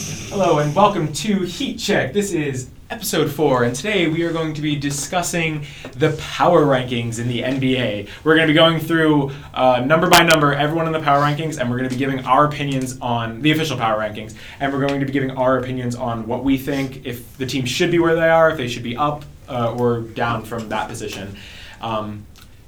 everyone. Welcome to Heat Check. This is episode four, and today we are going to be discussing the power rankings in the NBA. We're going to be going through uh, number by number everyone in the power rankings, and we're going to be giving our opinions on the official power rankings, and we're going to be giving our opinions on what we think if the team should be where they are, if they should be up uh, or down from that position. Um,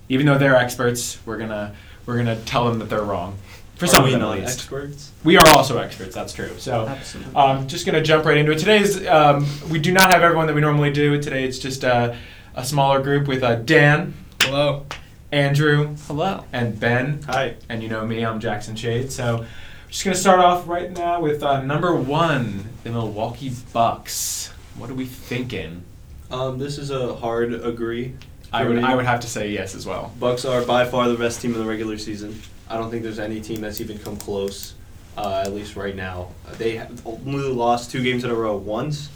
even though they're experts, we're gonna we're gonna tell them that they're wrong. For some of them, at least. experts? We are also experts. That's true. So, Absolutely. um, just gonna jump right into it. Today's um, we do not have everyone that we normally do. Today it's just uh, a smaller group with uh, Dan, Hello. Andrew, Hello. and Ben. Hi. And you know me, I'm Jackson Shade. So, just gonna start off right now with uh, number one, the Milwaukee Bucks. What are we thinking? Um, this is a hard agree. I would for me. I would have to say yes as well. Bucks are by far the best team in the regular season. I don't think there's any team that's even come close, uh, at least right now. Uh, They have only lost two games in a row once,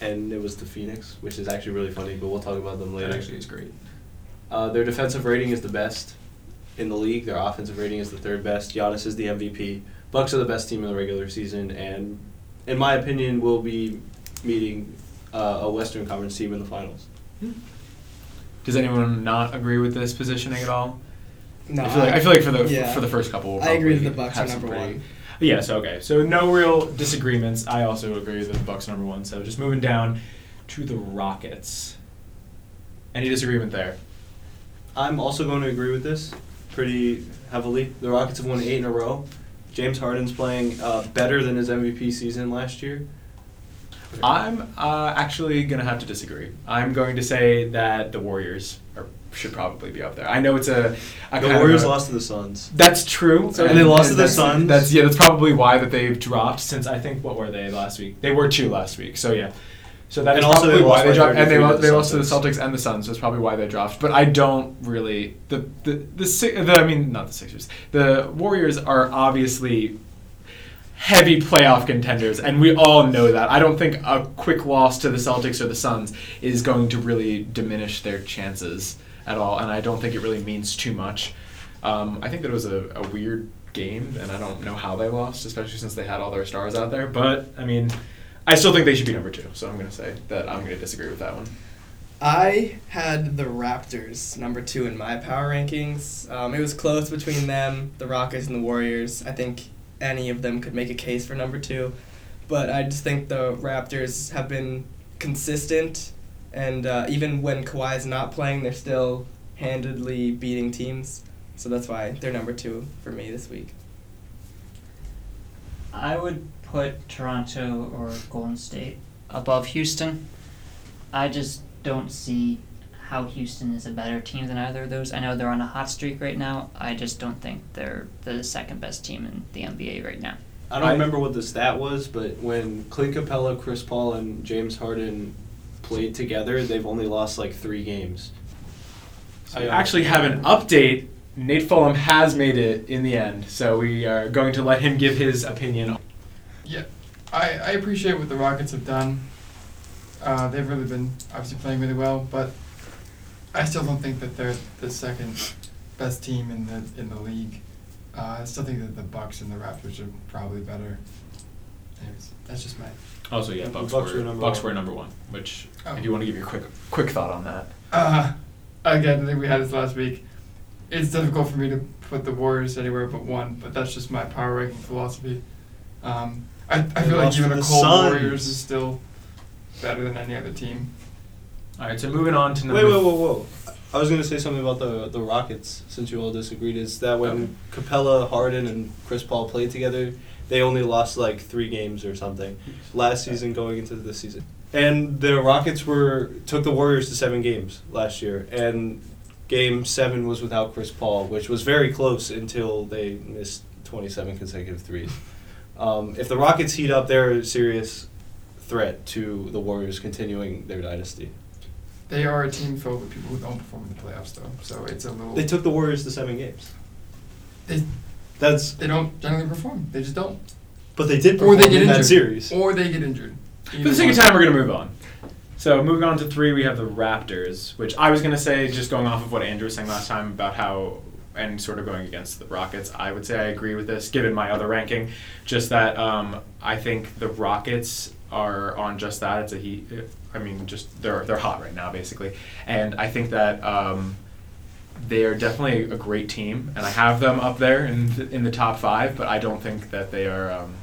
and it was to Phoenix, which is actually really funny, but we'll talk about them later. is great. Uh, their defensive rating is the best in the league. Their offensive rating is the third best. Giannis is the MVP. Bucks are the best team in the regular season, and in my opinion, will be meeting uh, a Western Conference team in the finals. Hmm. Does anyone not agree with this positioning at all? No, I feel like, I feel like for the yeah. for the first couple, we'll I agree probably that the Bucks have are some number pretty- one. Yes. Okay. So no real disagreements. I also agree that the Bucks are number one. So just moving down to the Rockets. Any disagreement there? I'm also going to agree with this pretty heavily. The Rockets have won eight in a row. James Harden's playing uh, better than his MVP season last year. I'm uh, actually gonna have to disagree. I'm going to say that the Warriors are, should probably be up there. I know it's a, a the kind of Warriors a- lost to the Suns. That's true. So they lost to the that's- Suns. That's yeah. That's probably why that they've dropped since I think what were they last week? They were two last week. So yeah. So that And is also probably they why lost they by dropped, and they, 33 lo- to the they lost to the Celtics. Celtics and the Suns. So that's probably why they dropped. But I don't really the the the, Si- the I mean not the Sixers. The Warriors are obviously heavy playoff contenders, and we all know that. I don't think a quick loss to the Celtics or the Suns is going to really diminish their chances at all, and I don't think it really means too much. Um, I think that it was a, a weird game, and I don't know how they lost, especially since they had all their stars out there. But I mean, I still think they should be number two, so I'm going to say that I'm going to disagree with that one. I had the Raptors number two in my power rankings. Um, it was close between them, the Rockets, and the Warriors. I think any of them could make a case for number two, but I just think the Raptors have been consistent, and uh, even when Kawhi's not playing, they're still handedly beating teams. So that's why they're number two for me this week. I would put Toronto or Golden State above Houston. I just don't see how Houston is a better team than either of those. I know they're on a hot streak right now. I just don't think they're the second best team in the NBA right now. I don't I- remember what the stat was, but when Clint Capella, Chris Paul, and James Harden played together, they've only lost like three games. I actually have an update. Nate Fulham has made it in the end, so we are going to let him give his opinion. Yeah, I, I appreciate what the Rockets have done. Uh, they've really been obviously playing really well, but I still don't think that they're the second best team in the in the league. Uh, I still think that the Bucks and the Raptors are probably better. Anyways, that's just my. Also, yeah, Bucks Bucks were- were number Bucks one. were number one. Which, Oh. if you want to give your quick quick thought on that, Uh, again, I think we had this last week. It's difficult for me to put the Warriors anywhere but one, but that's just my power ranking philosophy. Um, I, I They feel like lost to even a the cold Suns. Warriors is still better than any other team. all right. So moving on to Wait, number wait, whoa, whoa. I was going to say something about the, the Rockets, since you all disagreed, is that when Okay. Capella, Harden, and Chris Paul played together, they only lost like three games or something last season going into this season. And the Rockets were took the Warriors to seven games last year, and game seven was without Chris Paul, which was very close until they missed 27 consecutive threes. Um, if the Rockets heat up, they're a serious threat to the Warriors continuing their dynasty. They are a team filled with people who don't perform in the playoffs, though. So it's a little. They took the Warriors to seven games. They, That's they don't generally perform. They just don't. but they did Or perform they get in injured. that series. Or they get injured. For Either the sake of one. time, we're going to move on. So, moving on to three, we have the Raptors, which I was going to say, just going off of what Andrew was saying last time about how and sort of going against the Rockets, I would say I agree with this, given my other ranking. Just that um, I think the Rockets are on just that. It's a heat. I mean, just they're they're hot right now, basically, and I think that. Um, they are definitely a great team, and I have them up there in the, in the top five. But I don't think that they are um,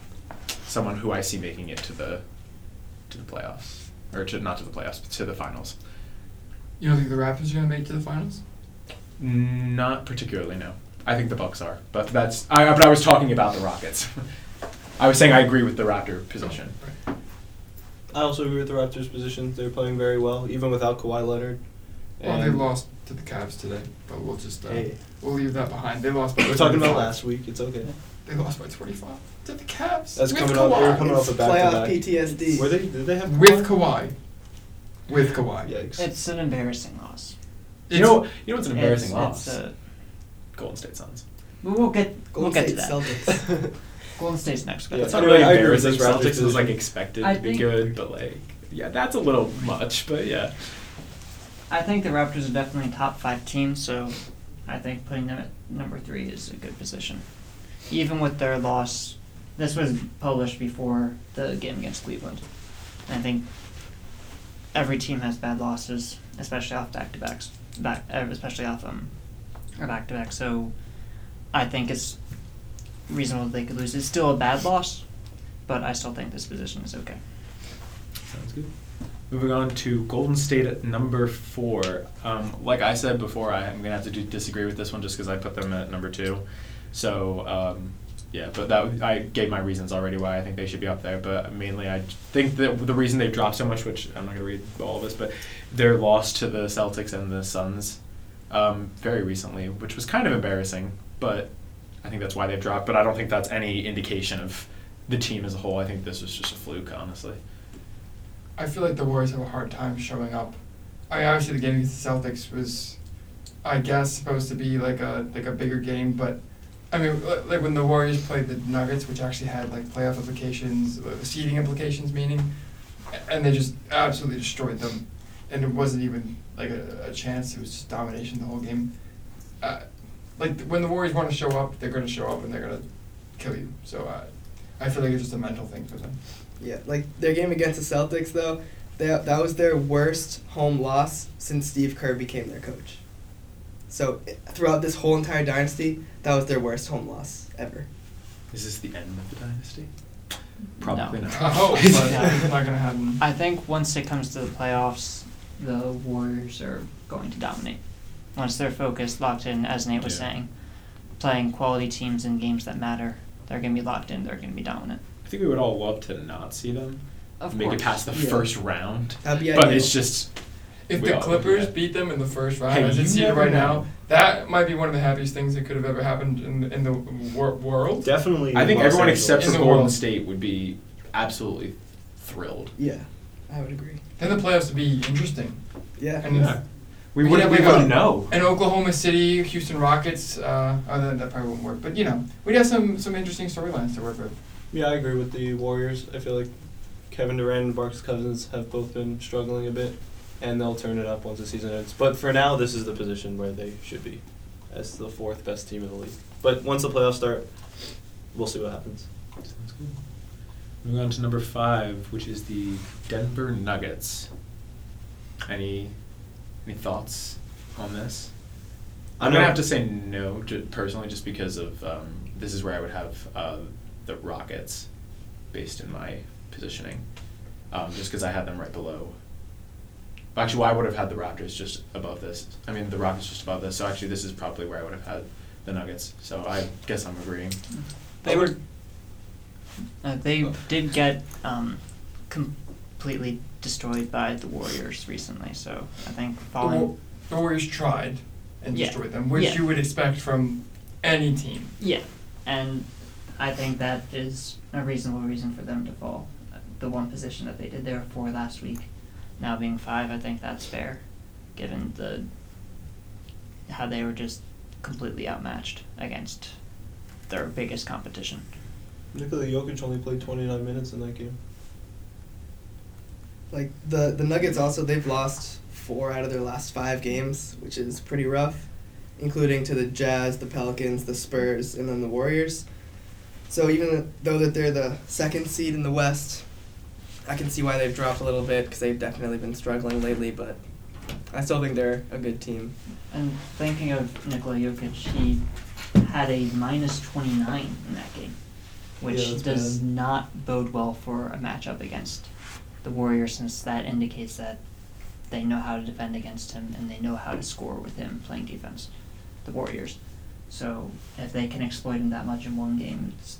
someone who I see making it to the to the playoffs or to not to the playoffs, but to the finals. You don't think the Raptors are going to make it to the finals? Not particularly. No, I think the Bucks are, but that's. I, but I was talking about the Rockets. I was saying I agree with the Raptor position. I also agree with the Raptors' position. They're playing very well, even without Kawhi Leonard. Well, they And- lost to the Cavs today, but we'll just uh, Hey, we'll leave that behind. They lost. By we're talking about 25. last week. It's okay. They lost by 25 to the Cavs. That's with coming Kawhi. up. They're coming off It's a back-to-back. playoff PTSD. Were they? Did they have with Kawhi. With Kawhi. Yikes. It's an embarrassing loss. You know, you know what's an embarrassing It's- loss? It's uh, a, Golden State Suns. we'll we'll get Golden we'll get State to that. Celtics. Golden State's next. But Yeah. That's that's not Anyway, really I agree with embarrassing. this Raptors Celtics was like decision. expected I to be think- good, but like, yeah, that's a little much. But yeah, I think the Raptors are definitely a top five team, so I think putting them at number three is a good position. Even with their loss, this was published before the game against Cleveland. And I think every team has bad losses, especially off back to backs, back uh, especially off um back to back. So I think it's reasonable that they could lose. It's still a bad loss, but I still think this position is okay. sounds good. Moving on to Golden State at number four. Um, like I said before, I, am gonna have to do, disagree with this one just because I put them at number two. So um, yeah, but that I gave my reasons already why I think they should be up there. But mainly, I think that the reason they've dropped so much, which I'm not gonna read all of this, but their loss to the Celtics and the Suns um, very recently, which was kind of embarrassing. But I think that's why they've dropped. But I don't think that's any indication of the team as a whole. I think this was just a fluke, honestly. I feel like the Warriors have a hard time showing up. I mean, obviously the game against the Celtics was, I guess, supposed to be like a like a bigger game, but I mean, li- like when the Warriors played the Nuggets, which actually had like playoff implications, uh, seeding implications, meaning, a- and they just absolutely destroyed them, and it wasn't even like a, a chance. It was just domination the whole game. Uh, like th- when the Warriors want to show up, they're going to show up and they're going to kill you. So uh, I feel like it's just a mental thing for them. Yeah, like their game against the Celtics though, that that was their worst home loss since Steve Kerr became their coach. So i- throughout this whole entire dynasty, that was their worst home loss ever. Is this the end of the dynasty? No. I hope, but it's not going to happen. I think once it comes to the playoffs, the Warriors are going to dominate. Once they're focused, locked in, as Nate was Yeah. saying, playing quality teams in games that matter, they're going to be locked in. They're going to be dominant. I think we would all love to not see them Of make course. it past the Yeah. first round, That'd be but ideal. it's just If We the all- Clippers yeah. beat them in the first round, Hey, as you it seems never right know. now, that might be one of the happiest things that could have ever happened in the, in the wor- world. Definitely. I think Los everyone Angeles. except for In the Golden world. State would be absolutely thrilled. yeah, I would agree. Then the playoffs would be interesting. Yeah. And Yeah. We Yeah, wouldn't. we We wouldn't got- know. and Oklahoma City, Houston Rockets. Uh, oh, that, that probably won't work. But you know, we'd have some some interesting storylines to work with. Yeah, I agree with the Warriors. I feel like Kevin Durant and Marcus Cousins have both been struggling a bit, and they'll turn it up once the season ends. But for now, this is the position where they should be, as the fourth best team in the league. But once the playoffs start, we'll see what happens. Sounds good. Moving on to number five, which is the Denver Nuggets. Any any thoughts on this? I I'm gonna know- have to say no, ju- personally, just because of um, this is where I would have uh, the Rockets, based in my positioning, um, just because I had them right below. Actually, well, I would have had the Raptors just above this. I mean, the Rockets just above this. So actually, this is probably where I would have had the Nuggets. So I guess I'm agreeing. They were. Uh, they Oh. did get um, completely destroyed by the Warriors recently, so I think The, Wa- falling. the Warriors tried and Yeah. destroyed them, which Yeah. you would expect from any team. Yeah, and I think that is a reasonable reason for them to fall. The one position that they did there for last week, now being five, I think that's fair, given the how they were just completely outmatched against their biggest competition. Nikola Jokic only played 29 minutes in that game. Like the the Nuggets also they've lost four out of their last five games, which is pretty rough. including to the Jazz, the Pelicans, the Spurs, and then the Warriors. So even though that they're the second seed in the West, I can see why they've dropped a little bit because they've definitely been struggling lately. But I still think they're a good team. And thinking of Nikola Jokic, he had a minus 29 in that game, which Yeah, that's does bad. not bode well for a matchup against the Warriors, since that indicates that they know how to defend against him and they know how to score with him playing defense, the Warriors. So if they can exploit him that much in one game, it's,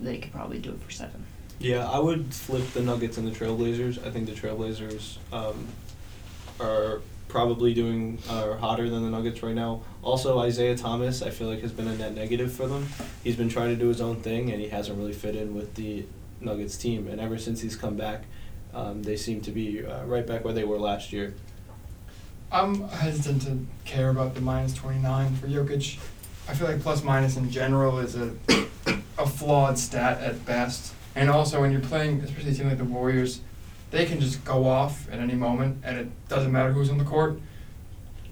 they could probably do it for seven. Yeah, I would flip the Nuggets and the Trailblazers. I think the Trailblazers um, are probably doing are hotter than the Nuggets right now. Also, Isaiah Thomas, I feel like has been a net negative for them. He's been trying to do his own thing, and he hasn't really fit in with the Nuggets team. And ever since he's come back, um, they seem to be uh, right back where they were last year. I'm hesitant to care about the minus 29 for Jokic. I feel like plus minus in general is a, a flawed stat at best. And also, when you're playing, especially a team like the Warriors, they can just go off at any moment, and it doesn't matter who's on the court.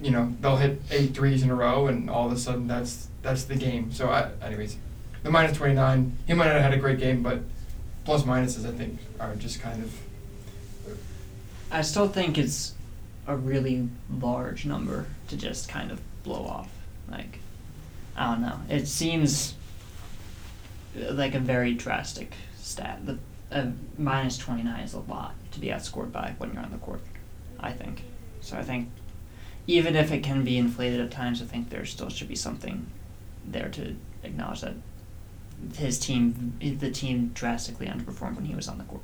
You know, they'll hit eight threes in a row, and all of a sudden, that's that's the game. So, I, anyways, the minus 29, he might not have had a great game, but plus minuses, I think, are just kind of. I still think it's a really large number to just kind of blow off. Like, I don't know. It seems uh, like a very drastic stat. The uh, minus 29 is a lot to be outscored by when you're on the court, I think. So I think even if it can be inflated at times, I think there still should be something there to acknowledge that his team, the team drastically underperformed when he was on the court.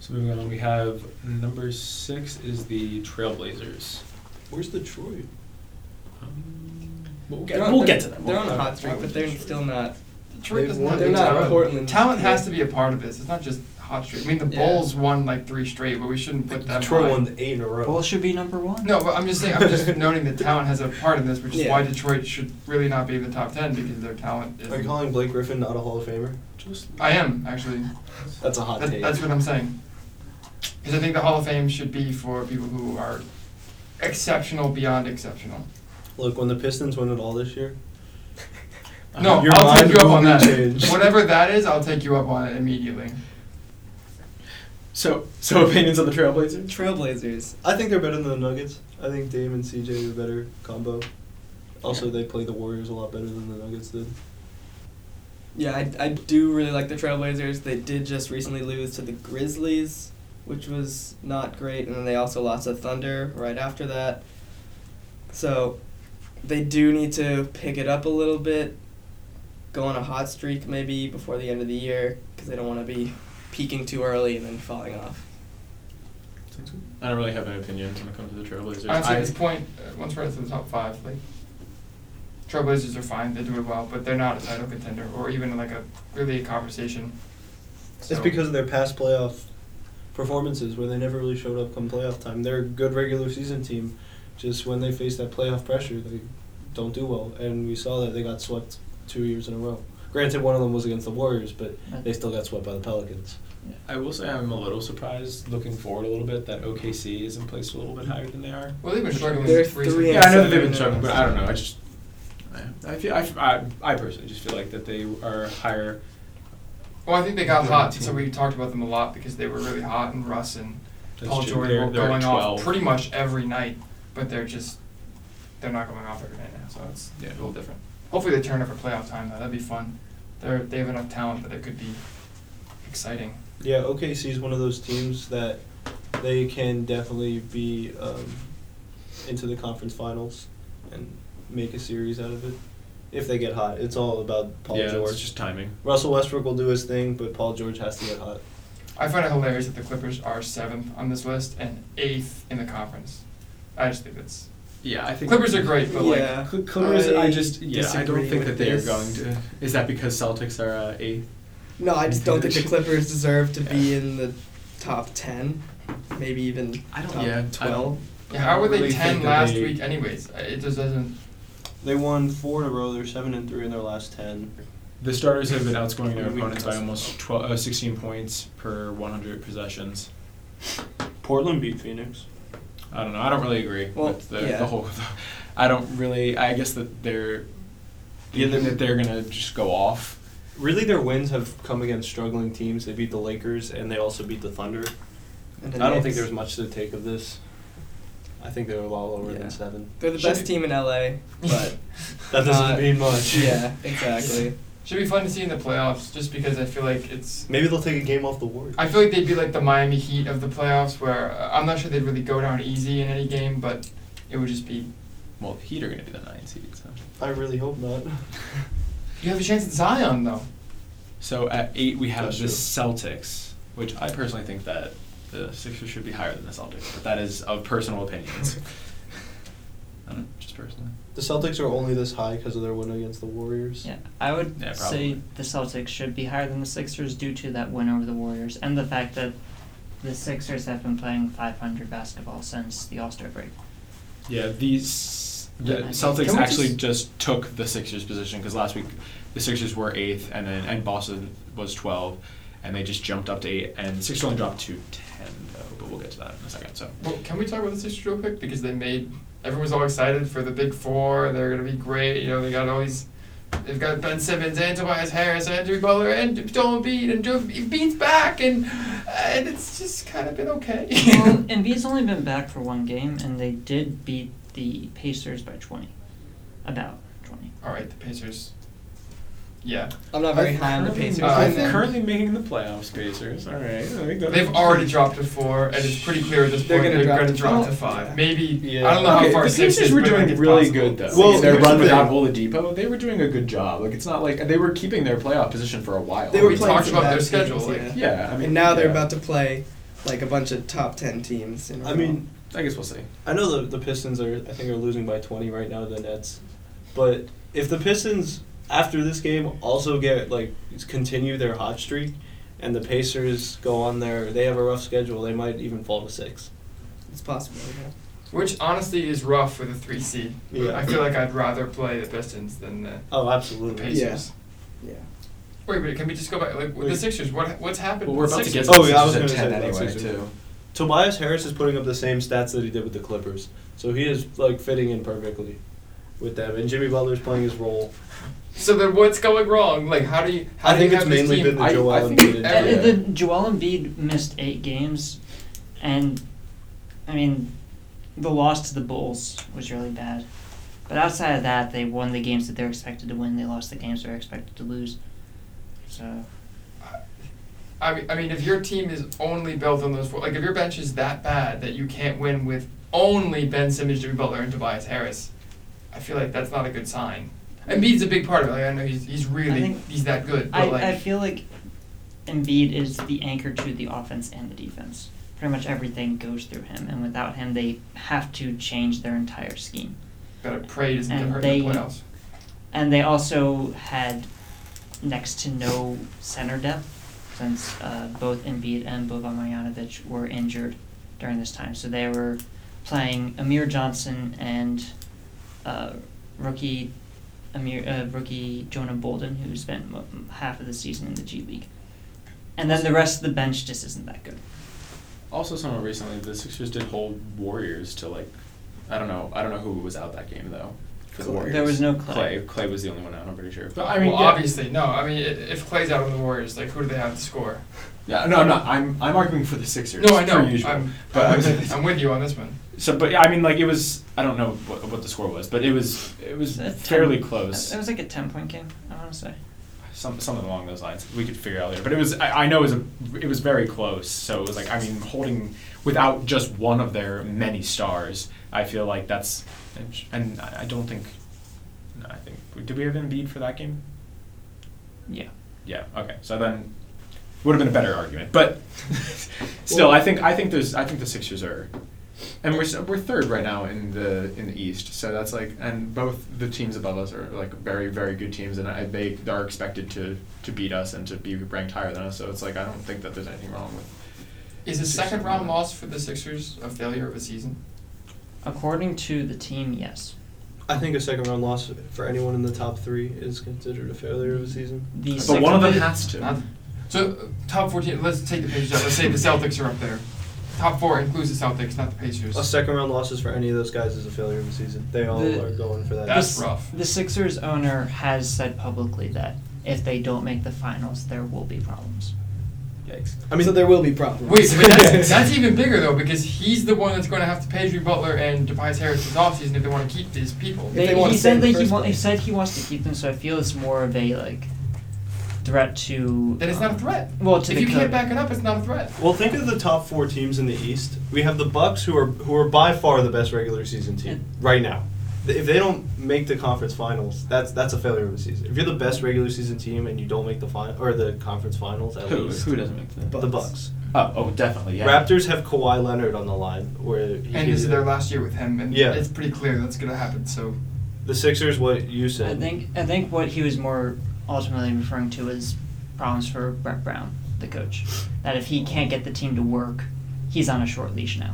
So moving on, we have number six is the Trailblazers. Where's Detroit? Um, we'll They're get, on- we'll they're- get to them. They're We'll on get a to hot streak, but they're still not. Detroit They've doesn't won- have They're the not talent. Portland. Talent has to be a part of this. It's not just hot streak. I mean, the Yeah. Bulls won like three straight, but we shouldn't put that. Detroit high. won eight in a row. Bulls should be number one. No, but I'm just saying. I'm just noting that talent has a part in this, which is Yeah. why Detroit should really not be in the top ten because their talent is. Are you calling Blake Griffin not a Hall of Famer? Just I am actually. that's a hot That, take. that's what I'm saying. Because I think the Hall of Fame should be for people who are exceptional beyond exceptional. Look, when the Pistons win it all this year, Uh, No, your I'll take mind you up will on be that. changed. Whatever that is, I'll take you up on it immediately. So, so opinions on the Trailblazers? Trailblazers. I think they're better than the Nuggets. I think Dame and CJ are better combo. Also, Yeah. they play the Warriors a lot better than the Nuggets did. Yeah, I, I do really like the Trailblazers. They did just recently lose to the Grizzlies, which was not great, and then they also lost to Thunder right after that. So they do need to pick it up a little bit, go on a hot streak maybe before the end of the year, because they don't want to be peaking too early and then falling off. I don't really have an opinion when it comes to the Trailblazers. Honestly, at I, this point, uh, once we're into the top five, like Trailblazers are fine; they do it well, but they're not a title contender or even like a really a conversation. It's So- because of their past playoff performances where they never really showed up come playoff time. They're a good regular season team. Just when they face that playoff pressure, they don't do well. And we saw that they got swept two years in a row. Granted, one of them was against the Warriors, but they still got swept by the Pelicans. I will say I'm a little surprised, looking forward a little bit, that OKC is in place a little bit higher than they are. Well, they've been struggling They're recently. three Yeah, I know that seven they've been and struggling, but nine. I don't know. I just, I, I feel, I, I, I personally just feel like that they are higher. Well, I think they got They're hot, team. so we talked about them a lot because they were really hot, and Russ and That's Paul true. George They're- were they're going off 12. pretty much every night, but they're just they're not going off every night now, so it's a Yeah. little different. Hopefully, they turn up for playoff time though. That'd be fun. They're they have enough talent that it could be exciting. Yeah, OKC is one of those teams that they can definitely be um, into the conference finals and make a series out of it if they get hot. It's all about Paul yeah, George. it's just timing. Russell Westbrook will do his thing, but Paul George has to get hot. I find it hilarious that the Clippers are seventh on this list and eighth in the conference. I just think that's Yeah, I think Clippers are great, but like Yeah. Cl- Clippers, I, I just yeah, I disagree don't think with that they are this. going to. Is that because Celtics are uh, eighth? No, I just don't think the Clippers deserve to be in the top 10, maybe even I don't- top yeah, I don't- 12. yeah, how were they really ten think that last they- week anyways? Uh, It just doesn't. They won four in a row. They're seven and three in their last ten. The starters have been outscoring their Maybe we opponents by can- almost 12, uh, 16 points per 100 possessions. Portland beat Phoenix. I don't know. I don't really agree Well, with the, yeah. the whole. I don't really. I guess that they're Yeah, thinking they're- that they're gonna just go off. Really, their wins have come against struggling teams. They beat the Lakers and they also beat the Thunder. And the I don't think Knicks. there's much to take of this. I think they're a lot lower Yeah. than seven. They're the best team in LA, but That doesn't not- mean much. Yeah, exactly. Should be fun to see in the playoffs, just because I feel like it's. Maybe they'll take a game off the Warriors. I feel like they'd be like the Miami Heat of the playoffs, where uh, I'm not sure they'd really go down easy in any game, but it would just be. Well, the Heat are gonna be the nine seed. So, I really hope not. You have a chance at Zion though. so at eight we have That's the true. Celtics, which I personally think that the Sixers should be higher than the Celtics, but that is of personal opinions. I don't know, just personally. The Celtics are only this high because of their win against the Warriors. Yeah, I would Yeah, say probably. the Celtics should be higher than the Sixers due to that win over the Warriors and the fact that the Sixers have been playing 500 basketball since the All Star break. Yeah, these the Yeah. Celtics Can we actually just- just, took the Sixers position because last week the Sixers were eighth, and then and Boston was twelve, and they just jumped up to eight, and the Sixers only dropped to ten though. But we'll get to that in a second. So Well, can we talk about the Sixers real quick? Because they made everyone's all excited for the Big Four. They're gonna be great. You know, they got all these. They've got Ben Simmons and Tobias Harris and Jimmy Butler and Joel Embiid and Joel Embiid's back and and it's just kind of been okay. well, Embiid's only been back for one game, and they did beat the Pacers by 20, about 20. all right, the Pacers. Yeah, I'm not very I'm high on the currently- Pacers. Uh, right I think- now. currently making the playoffs, Pacers. All right, I think that- they've already dropped to four, and it's pretty clear at this They're point gonna they're drop gonna to drop to four. five. Yeah. Maybe Yeah. I don't know Okay, how far the six Pacers is, were but I doing think it's really possible. good though. Well, Like, their here's run the without thing. Oladipo, they were doing a good job. Like it's not like they were keeping their playoff position for a while. They were We playing talked some about bad their teams, schedule, like- yeah. Yeah, I mean, and now they're yeah. about to play like a bunch of top ten teams. In a I row. mean, I guess we'll see. I know the, the Pistons are, I think, are losing by 20 right now to the Nets. But if the Pistons, after this game, also get, like, continue their hot streak and the Pacers go on their, they have a rough schedule, they might even fall to six. it's possible. Yeah. Which honestly is rough for the three seed. Yeah. I feel like I'd rather play the Pistons than the, Oh, the absolutely. Pacers. Yeah. Wait, but can we just go back? Like with the Wait. Sixers, what what's happened? Well, we're with about to get Sixers? to Oh, the yeah, I was Sixers at gonna ten say that, anyway Sixers. too. Tobias Harris is putting up the same stats that he did with the Clippers, so he is like fitting in perfectly with them. And Jimmy Butler's playing his role. So then, what's going wrong? Like, how do you? How I do you think it's have this mainly team? been the I- Joel I think Embiid it- injury. Uh, Yeah. The Joel Embiid missed eight games, and I mean, the loss to the Bulls was really bad. But outside of that, they won the games that they were expected to win. They lost the games they were expected to lose. So I mean, I mean, if your team is only built on those four, like if your bench is that bad that you can't win with only Ben Simmons, Jimmy Butler, and Tobias Harris, I feel like that's not a good sign. Embiid's a big part of it. Like, I know he's he's really think- he's that good, but I, like I feel like Embiid is the anchor to the offense and the defense. Pretty much everything goes through him, and without him, they have to change their entire scheme. better pray doesn't get and hurt in the they- playoffs. And they also had next to no center depth since uh, both Embiid and Boban Marjanovic were injured during this time. So they were playing Amir Johnson and uh, rookie Amir uh, rookie Jonah Bolden, who spent mo- half of the season in the G League. And then the rest of the bench just isn't that good. Also, somewhat recently, the Sixers did hold Warriors to like, I don't know, I don't know who was out that game though. For the Clay. Warriors. There was no Clay. Clay. Clay was the only one out. I'm pretty sure. But I mean, well, obviously, no. I mean, i- if Clay's out of the Warriors, like who do they have to score? yeah, no, no. I'm I'm arguing for the Sixers. No, I know. per usual. I'm, but I was- I'm with you on this one. so, but yeah, I mean, like it was. I don't know what, what the score was, but it was it was It's a ten- fairly close. It was like a ten point game. I want to say. Some, something along those lines. We could figure out later. But it was. I, I know it was. A, it was very close. So it was like. I mean, holding without just one of their many stars. I feel like that's. And I I don't think. No, I think. Did we have Embiid for that game? Yeah. Yeah. Okay. So then, would have been a better argument, but still, I think I think there's I think the Sixers are, and we're s- we're third right now in the in the East. So that's like, and both the teams above us are like very very good teams, and I, they are expected to to beat us and to be ranked higher than us. So it's like I don't think that there's anything wrong with. Is a Sixers second win. round loss for the Sixers a failure of a season? According to the team, yes. I think a second round loss for anyone in the top three is considered a failure of a season. The But Sixers- one of them has to. Not- So uh, top fourteen. Let's take the Pacers out. Let's say the Celtics are up there. top four includes the Celtics, not the Pacers. A second round losses for any of those guys is a failure of the season. They all The- are going for that. That's This- rough. The Sixers owner has said publicly that if they don't make the finals, there will be problems. Yikes. I mean, so there will be problems. Wait, but that's, that's even bigger though because he's the one that's going to have to pay Drew Butler and Tobias Harris this offseason if they want to keep these people. If they want he to stay in said the that he, first wa- he place. said he wants to keep them, so I feel it's more of a like threat to. Then it's not a threat. Well, to if the you can't code. back it up, it's not a threat. Well, think of the top four teams in the East. We have the Bucks, who are who are by far the best regular season team right now. Th- If they don't make the conference finals, that's that's a failure of the season. If you're the best regular season team and you don't make the final or the conference finals, at Who, least who doesn't make the the Bucks. Oh, oh, definitely. Yeah. Raptors have Kawhi Leonard on the line, where he And could this is their either- last year with him, and Yeah. it's pretty clear that's going to happen. So The Sixers, what you said. I think I think what he was more ultimately referring to is problems for Brett Brown, the coach. That if he can't get the team to work, he's on a short leash now.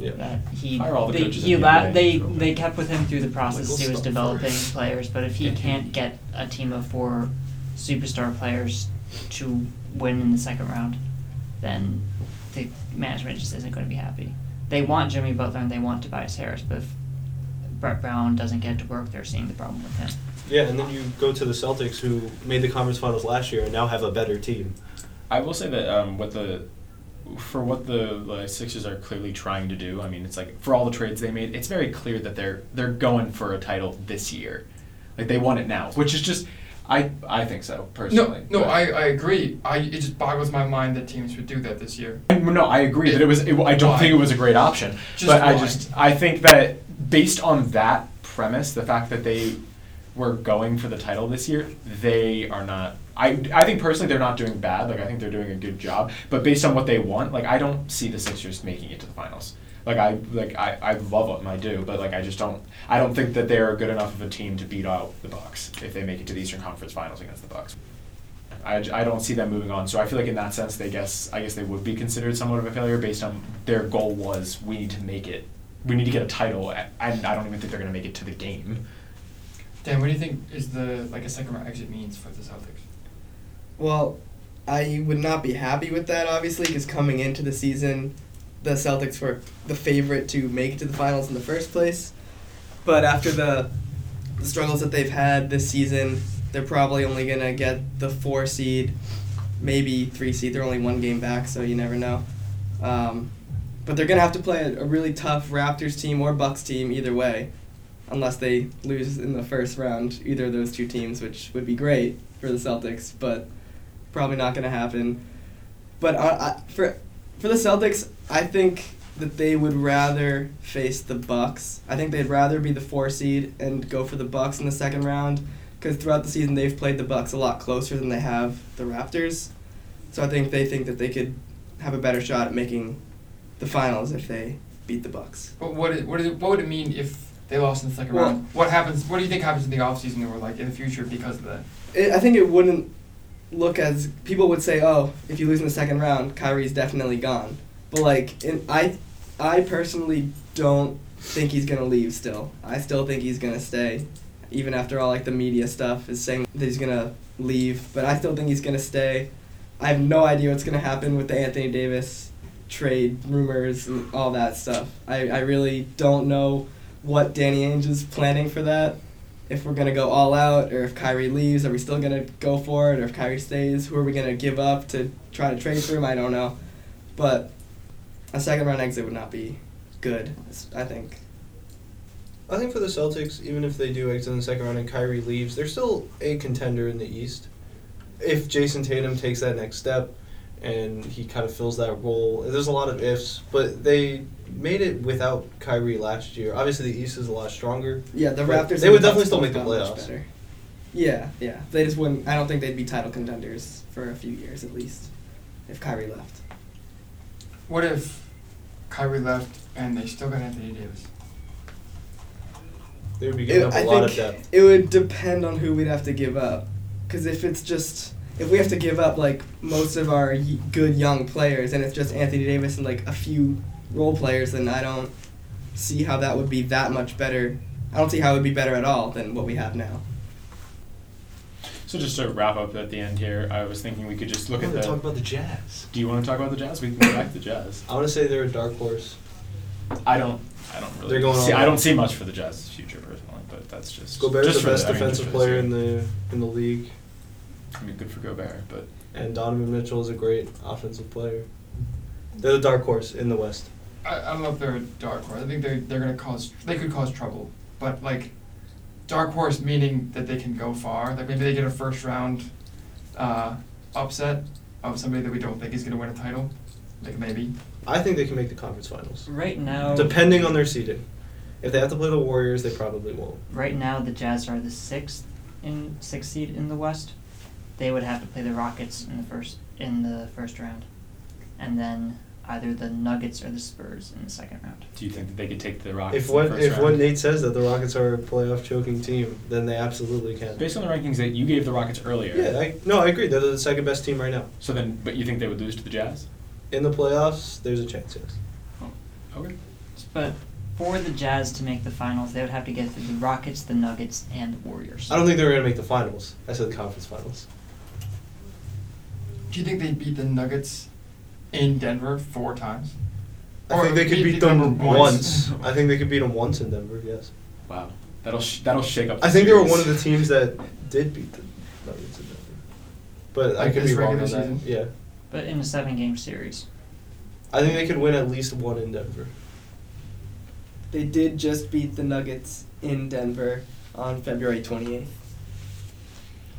Yeah. That he Fire all the they, coaches he in the la- NBA. they they kept with him through the process. Michael he was Stockford. developing players, but if he can't get a team of four superstar players to win in the second round, then the management just isn't going to be happy. They want Jimmy Butler and they want Tobias Harris, but if Brett Brown doesn't get to work, they're seeing the problem with him. Yeah, and then you go to the Celtics, who made the conference finals last year and now have a better team. I will say that um, what the for what the like, Sixers are clearly trying to do, I mean, it's like for all the trades they made, it's very clear that they're they're going for a title this year, like they want it now, which is just I I think so personally. no, no, but- I, I agree. I it just boggles my mind that teams would do that this year. No, I agree that it was. It, I don't Why? think it was a great option. Just but I why? just I think that based on that premise, the fact that they were going for the title this year, they are not. I, I think personally they're not doing bad. Like I think they're doing a good job. But based on what they want, like I don't see the Sixers making it to the finals. Like I like I, I love them, I do, but like I just don't I don't think that they are good enough of a team to beat out the Bucks if they make it to the Eastern Conference Finals against the Bucks. I, j- I don't see them moving on. So I feel like in that sense, they guess I guess they would be considered somewhat of a failure based on their goal was we need to make it, we need to get a title, a- and I don't even think they're going to make it to the game. Dan, what do you think is the like a second round exit means for the Celtics? Well, I would not be happy with that, obviously, because coming into the season, the Celtics were the favorite to make it to the finals in the first place. But after the, the struggles that they've had this season, they're probably only going to get the four seed, maybe three seed. They're only one game back, so you never know. Um, but they're going to have to play a, a really tough Raptors team or Bucks team either way, unless they lose in the first round, either of those two teams, which would be great for the Celtics. But probably not going to happen. But uh, I, for for the Celtics, I think that they would rather face the Bucks. I think they'd rather be the four seed and go for the Bucks in the second round because throughout the season they've played the Bucks a lot closer than they have the Raptors. So I think they think that they could have a better shot at making the finals if they beat the Bucks. But what it, what, is it, what would it mean if they lost in the second Well- round? What happens? What do you think happens in the offseason or like in the future because of that? It, I think it wouldn't look as people would say, "Oh, if you lose in the second round, Kyrie's definitely gone." But like, in, I, I personally don't think he's gonna leave. Still, I still think he's gonna stay, even after all like the media stuff is saying that he's gonna leave. But I still think he's gonna stay. I have no idea what's gonna happen with the Anthony Davis trade rumors and all that stuff. I, I really don't know what Danny Ainge is planning for that if we're gonna go all out or if Kyrie leaves, are we still gonna go for it? Or if Kyrie stays, who are we gonna give up to try to trade for him? I don't know. But a second round exit would not be good, s- I think. I think for the Celtics, even if they do exit in the second round and Kyrie leaves, they're still a contender in the East. If Jason Tatum takes that next step and he kind of fills that role, there's a lot of ifs, but they made it without Kyrie last year. Obviously, the East is a lot stronger. Yeah, the But Raptors. they would and the definitely Bucks still both make the got much playoffs. better. Yeah, yeah. They just wouldn't. I don't think they'd be title contenders for a few years at least, if Kyrie left. What if Kyrie left and they still got Anthony Davis? They would be It, giving up a I lot of think depth. it would depend on who we'd have to give up. Because if it's just if we have to give up like most of our y- good young players, and it's just Anthony Davis and like a few role players, then I don't see how that would be that much better. I don't see how it would be better at all than what we have now. So just to wrap up at the end here, I was thinking we could just look I at want the. to talk about the Jazz. do you want to talk about the Jazz? We can go back to the Jazz. I want to say they're a dark horse. I don't. I don't really. They're going see, all I in. don't see much for the Jazz's future personally, but that's just. Gobert's just the for best I mean, just defensive for this player year. in the in the league, I mean, good for Gobert, but and Donovan Mitchell is a great offensive player. They're the dark horse in the West. I, I don't know if they're a dark horse. I think they're they're gonna cause they could cause trouble, but like dark horse meaning that they can go far. Like maybe they get a first round uh, upset of somebody that we don't think is gonna win a title. Like maybe I think they can make the conference finals, Right now, depending on their seeding. If they have to play the Warriors, they probably won't. right now the Jazz are the sixth in sixth seed in the West. They would have to play the Rockets in the first in the first round, and then either the Nuggets or the Spurs in the second round. do you think that they could take the Rockets? If in the what first if what round? Nate says that the Rockets are a playoff choking team, then they absolutely can. Based on the rankings that you gave the Rockets earlier, Yeah, I, no, I agree. They're the second best team right now so then, but you think they would lose to the Jazz? in the playoffs. There's a chance, yes. Okay. But for the Jazz to make the finals, they would have to get through the Rockets, the Nuggets, and the Warriors. I don't think they're gonna make the finals. I said the conference finals. do you think they beat the Nuggets in Denver four times? I think they could beat them once. I think they could beat them once in Denver. Yes. Wow. That'll sh- that'll shake up. The I think they were series. one of the teams that did beat the Nuggets in Denver. But I Like could this be wrong on regular that. season? Yeah. But in a seven-game series, I think they could win at least one in Denver. They did just beat the Nuggets in Denver on February 28th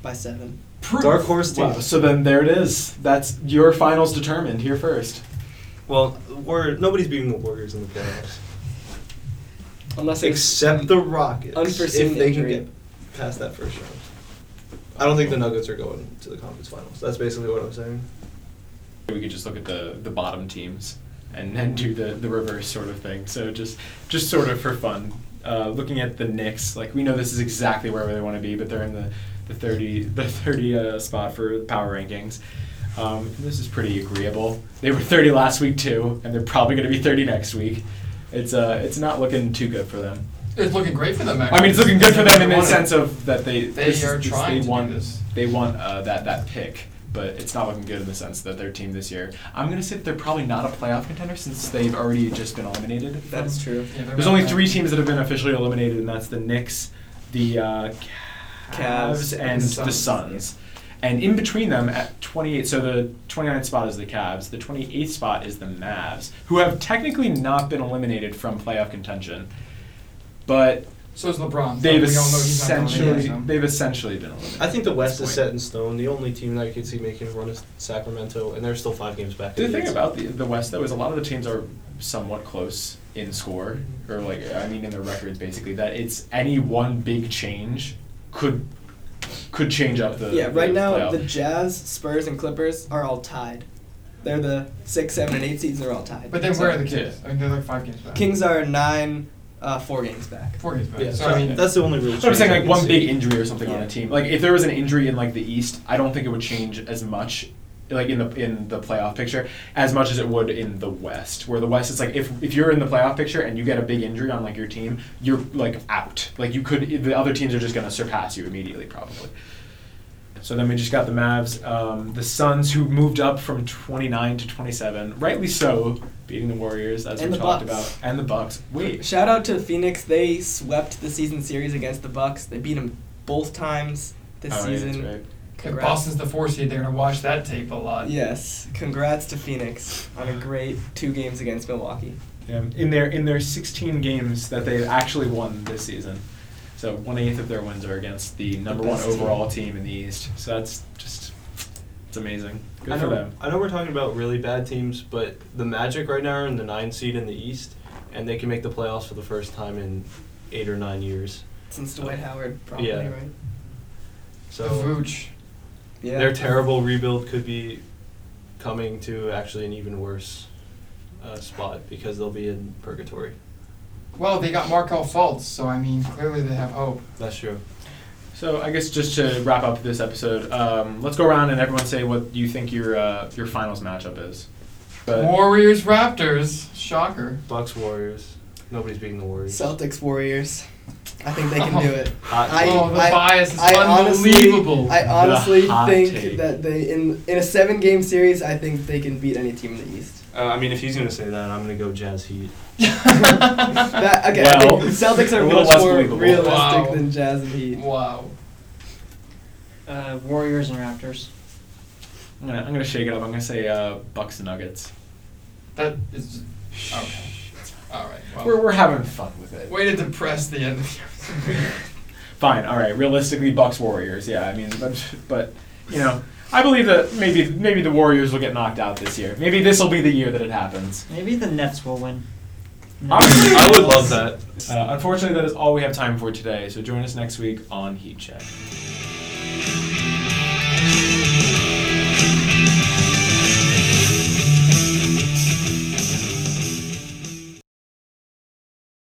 by seven. Dark horse team. Wow. So then there it is. That's your finals determined here first. Well, Warrior, nobody's beating the Warriors in the playoffs. Unless it's Except the Rockets. Unforeseen if they injury. can get past that first round. I don't think the Nuggets are going to the conference finals. That's basically what I'm saying. We could just look at the, the bottom teams and then do the, the reverse sort of thing. So just just sort of for fun, uh, looking at the Knicks, like we know this is exactly where they want to be, but they're in the, the thirty the thirty uh, spot for power rankings. Um, this is pretty agreeable. They were thirty last week too, and they're probably going to be thirty next week. It's uh it's not looking too good for them. It's looking great for them. Actually. I mean, it's looking good for them in They the want it. sense of that they They this is- are this- trying they to do want this. They want uh, that that pick, but it's not looking good in the sense that their team this year. I'm gonna say that they're probably not a playoff contender since they've already just been eliminated. That is true. Yeah, they're There's not only bad. three teams that have been officially eliminated, and that's the Knicks, the uh, Cavs, Cavs, and the the Suns. Suns. And in between them at 28, so the 29th spot is the Cavs, the 28th spot is the Mavs, who have technically not been eliminated from playoff contention, but So is LeBron. They've we all know he's not going anywhere, essentially so. they've essentially been eliminated. I think the West That's is point. set in stone. The only team that I could see making a run is Sacramento, and they're still five games back. The in thing eighth. about the the West though is a lot of the teams are somewhat close in score or like I mean in their records basically that it's any one big change could could change up the Yeah, the right now playoff. the Jazz, Spurs, and Clippers are all tied. They're the six, seven, and eight seeds. They're all tied. But then where are the Yeah. Kings? I mean, they're like five games back. Kings are nine, uh, four games back. Four games back. Yeah, so I mean, that's the only real. But I'm change saying I like can one see. big injury or something on Yeah. a team. Like if there was an injury in like the East, I don't think it would change as much like in the in the playoff picture as much as it would in the West. Where the West is like if if you're in the playoff picture and you get a big injury on like your team, you're like out. Like you could the other teams are just going to surpass you immediately probably. So then we just got the Mavs, um, the Suns, who moved up from 29 to 27, rightly so, beating the Warriors as And we the talked Bucks. about, and the Bucks. Wait, Shout out to Phoenix. They swept the season series against the Bucks. They beat them both times this Oh, yeah, that's season. right. if Congrats. Boston's the four seed, they're going to watch that tape a lot. Yes, congrats to Phoenix on a great two games against Milwaukee. Um, in their in their 16 games that they've actually won this season. So one eighth of their wins are against the number one best team. overall team in the East. So that's just it's amazing. Good I for know, them. I know we're talking about really bad teams, but the Magic right now are in the nine seed in the East, and they can make the playoffs for the first time in eight or nine years. Since Dwight Howard, probably Yeah. right. The So Vooch. Yeah, their terrible rebuild could be coming to actually an even worse uh, spot because they'll be in purgatory. Well, they got Markel Fultz, so I mean, clearly they have hope. That's true. So I guess just to wrap up this episode, um, let's go around and everyone say what you think your uh, your finals matchup is. But Warriors Raptors. Shocker. Bucks Warriors. Nobody's beating the Warriors. Celtics Warriors. I think they can do it. Hot I, Oh, the I, bias is I unbelievable. Honestly, I honestly hot think take. that they in in a seven game series, I think they can beat any team in the East. Uh, I mean, if he's gonna say that, I'm gonna go Jazz Heat. That again, Well, I think Celtics are a little much less more believable. realistic Wow. than Jazz and Heat. Wow. Uh, Warriors and Raptors. I'm gonna, I'm gonna shake it up. I'm gonna say uh, Bucks and Nuggets. That is. Okay. All right. Well, We're, we're having fun with it. way to depress the end of the episode. Fine. All right. Realistically, Bucks Warriors. Yeah. I mean, but, but you know, I believe that maybe maybe the Warriors will get knocked out this year. Maybe this will be the year that it happens. Maybe the Nets will win. Honestly, I would love that. Uh, unfortunately, that is all we have time for today. So join us next week on Heat Check.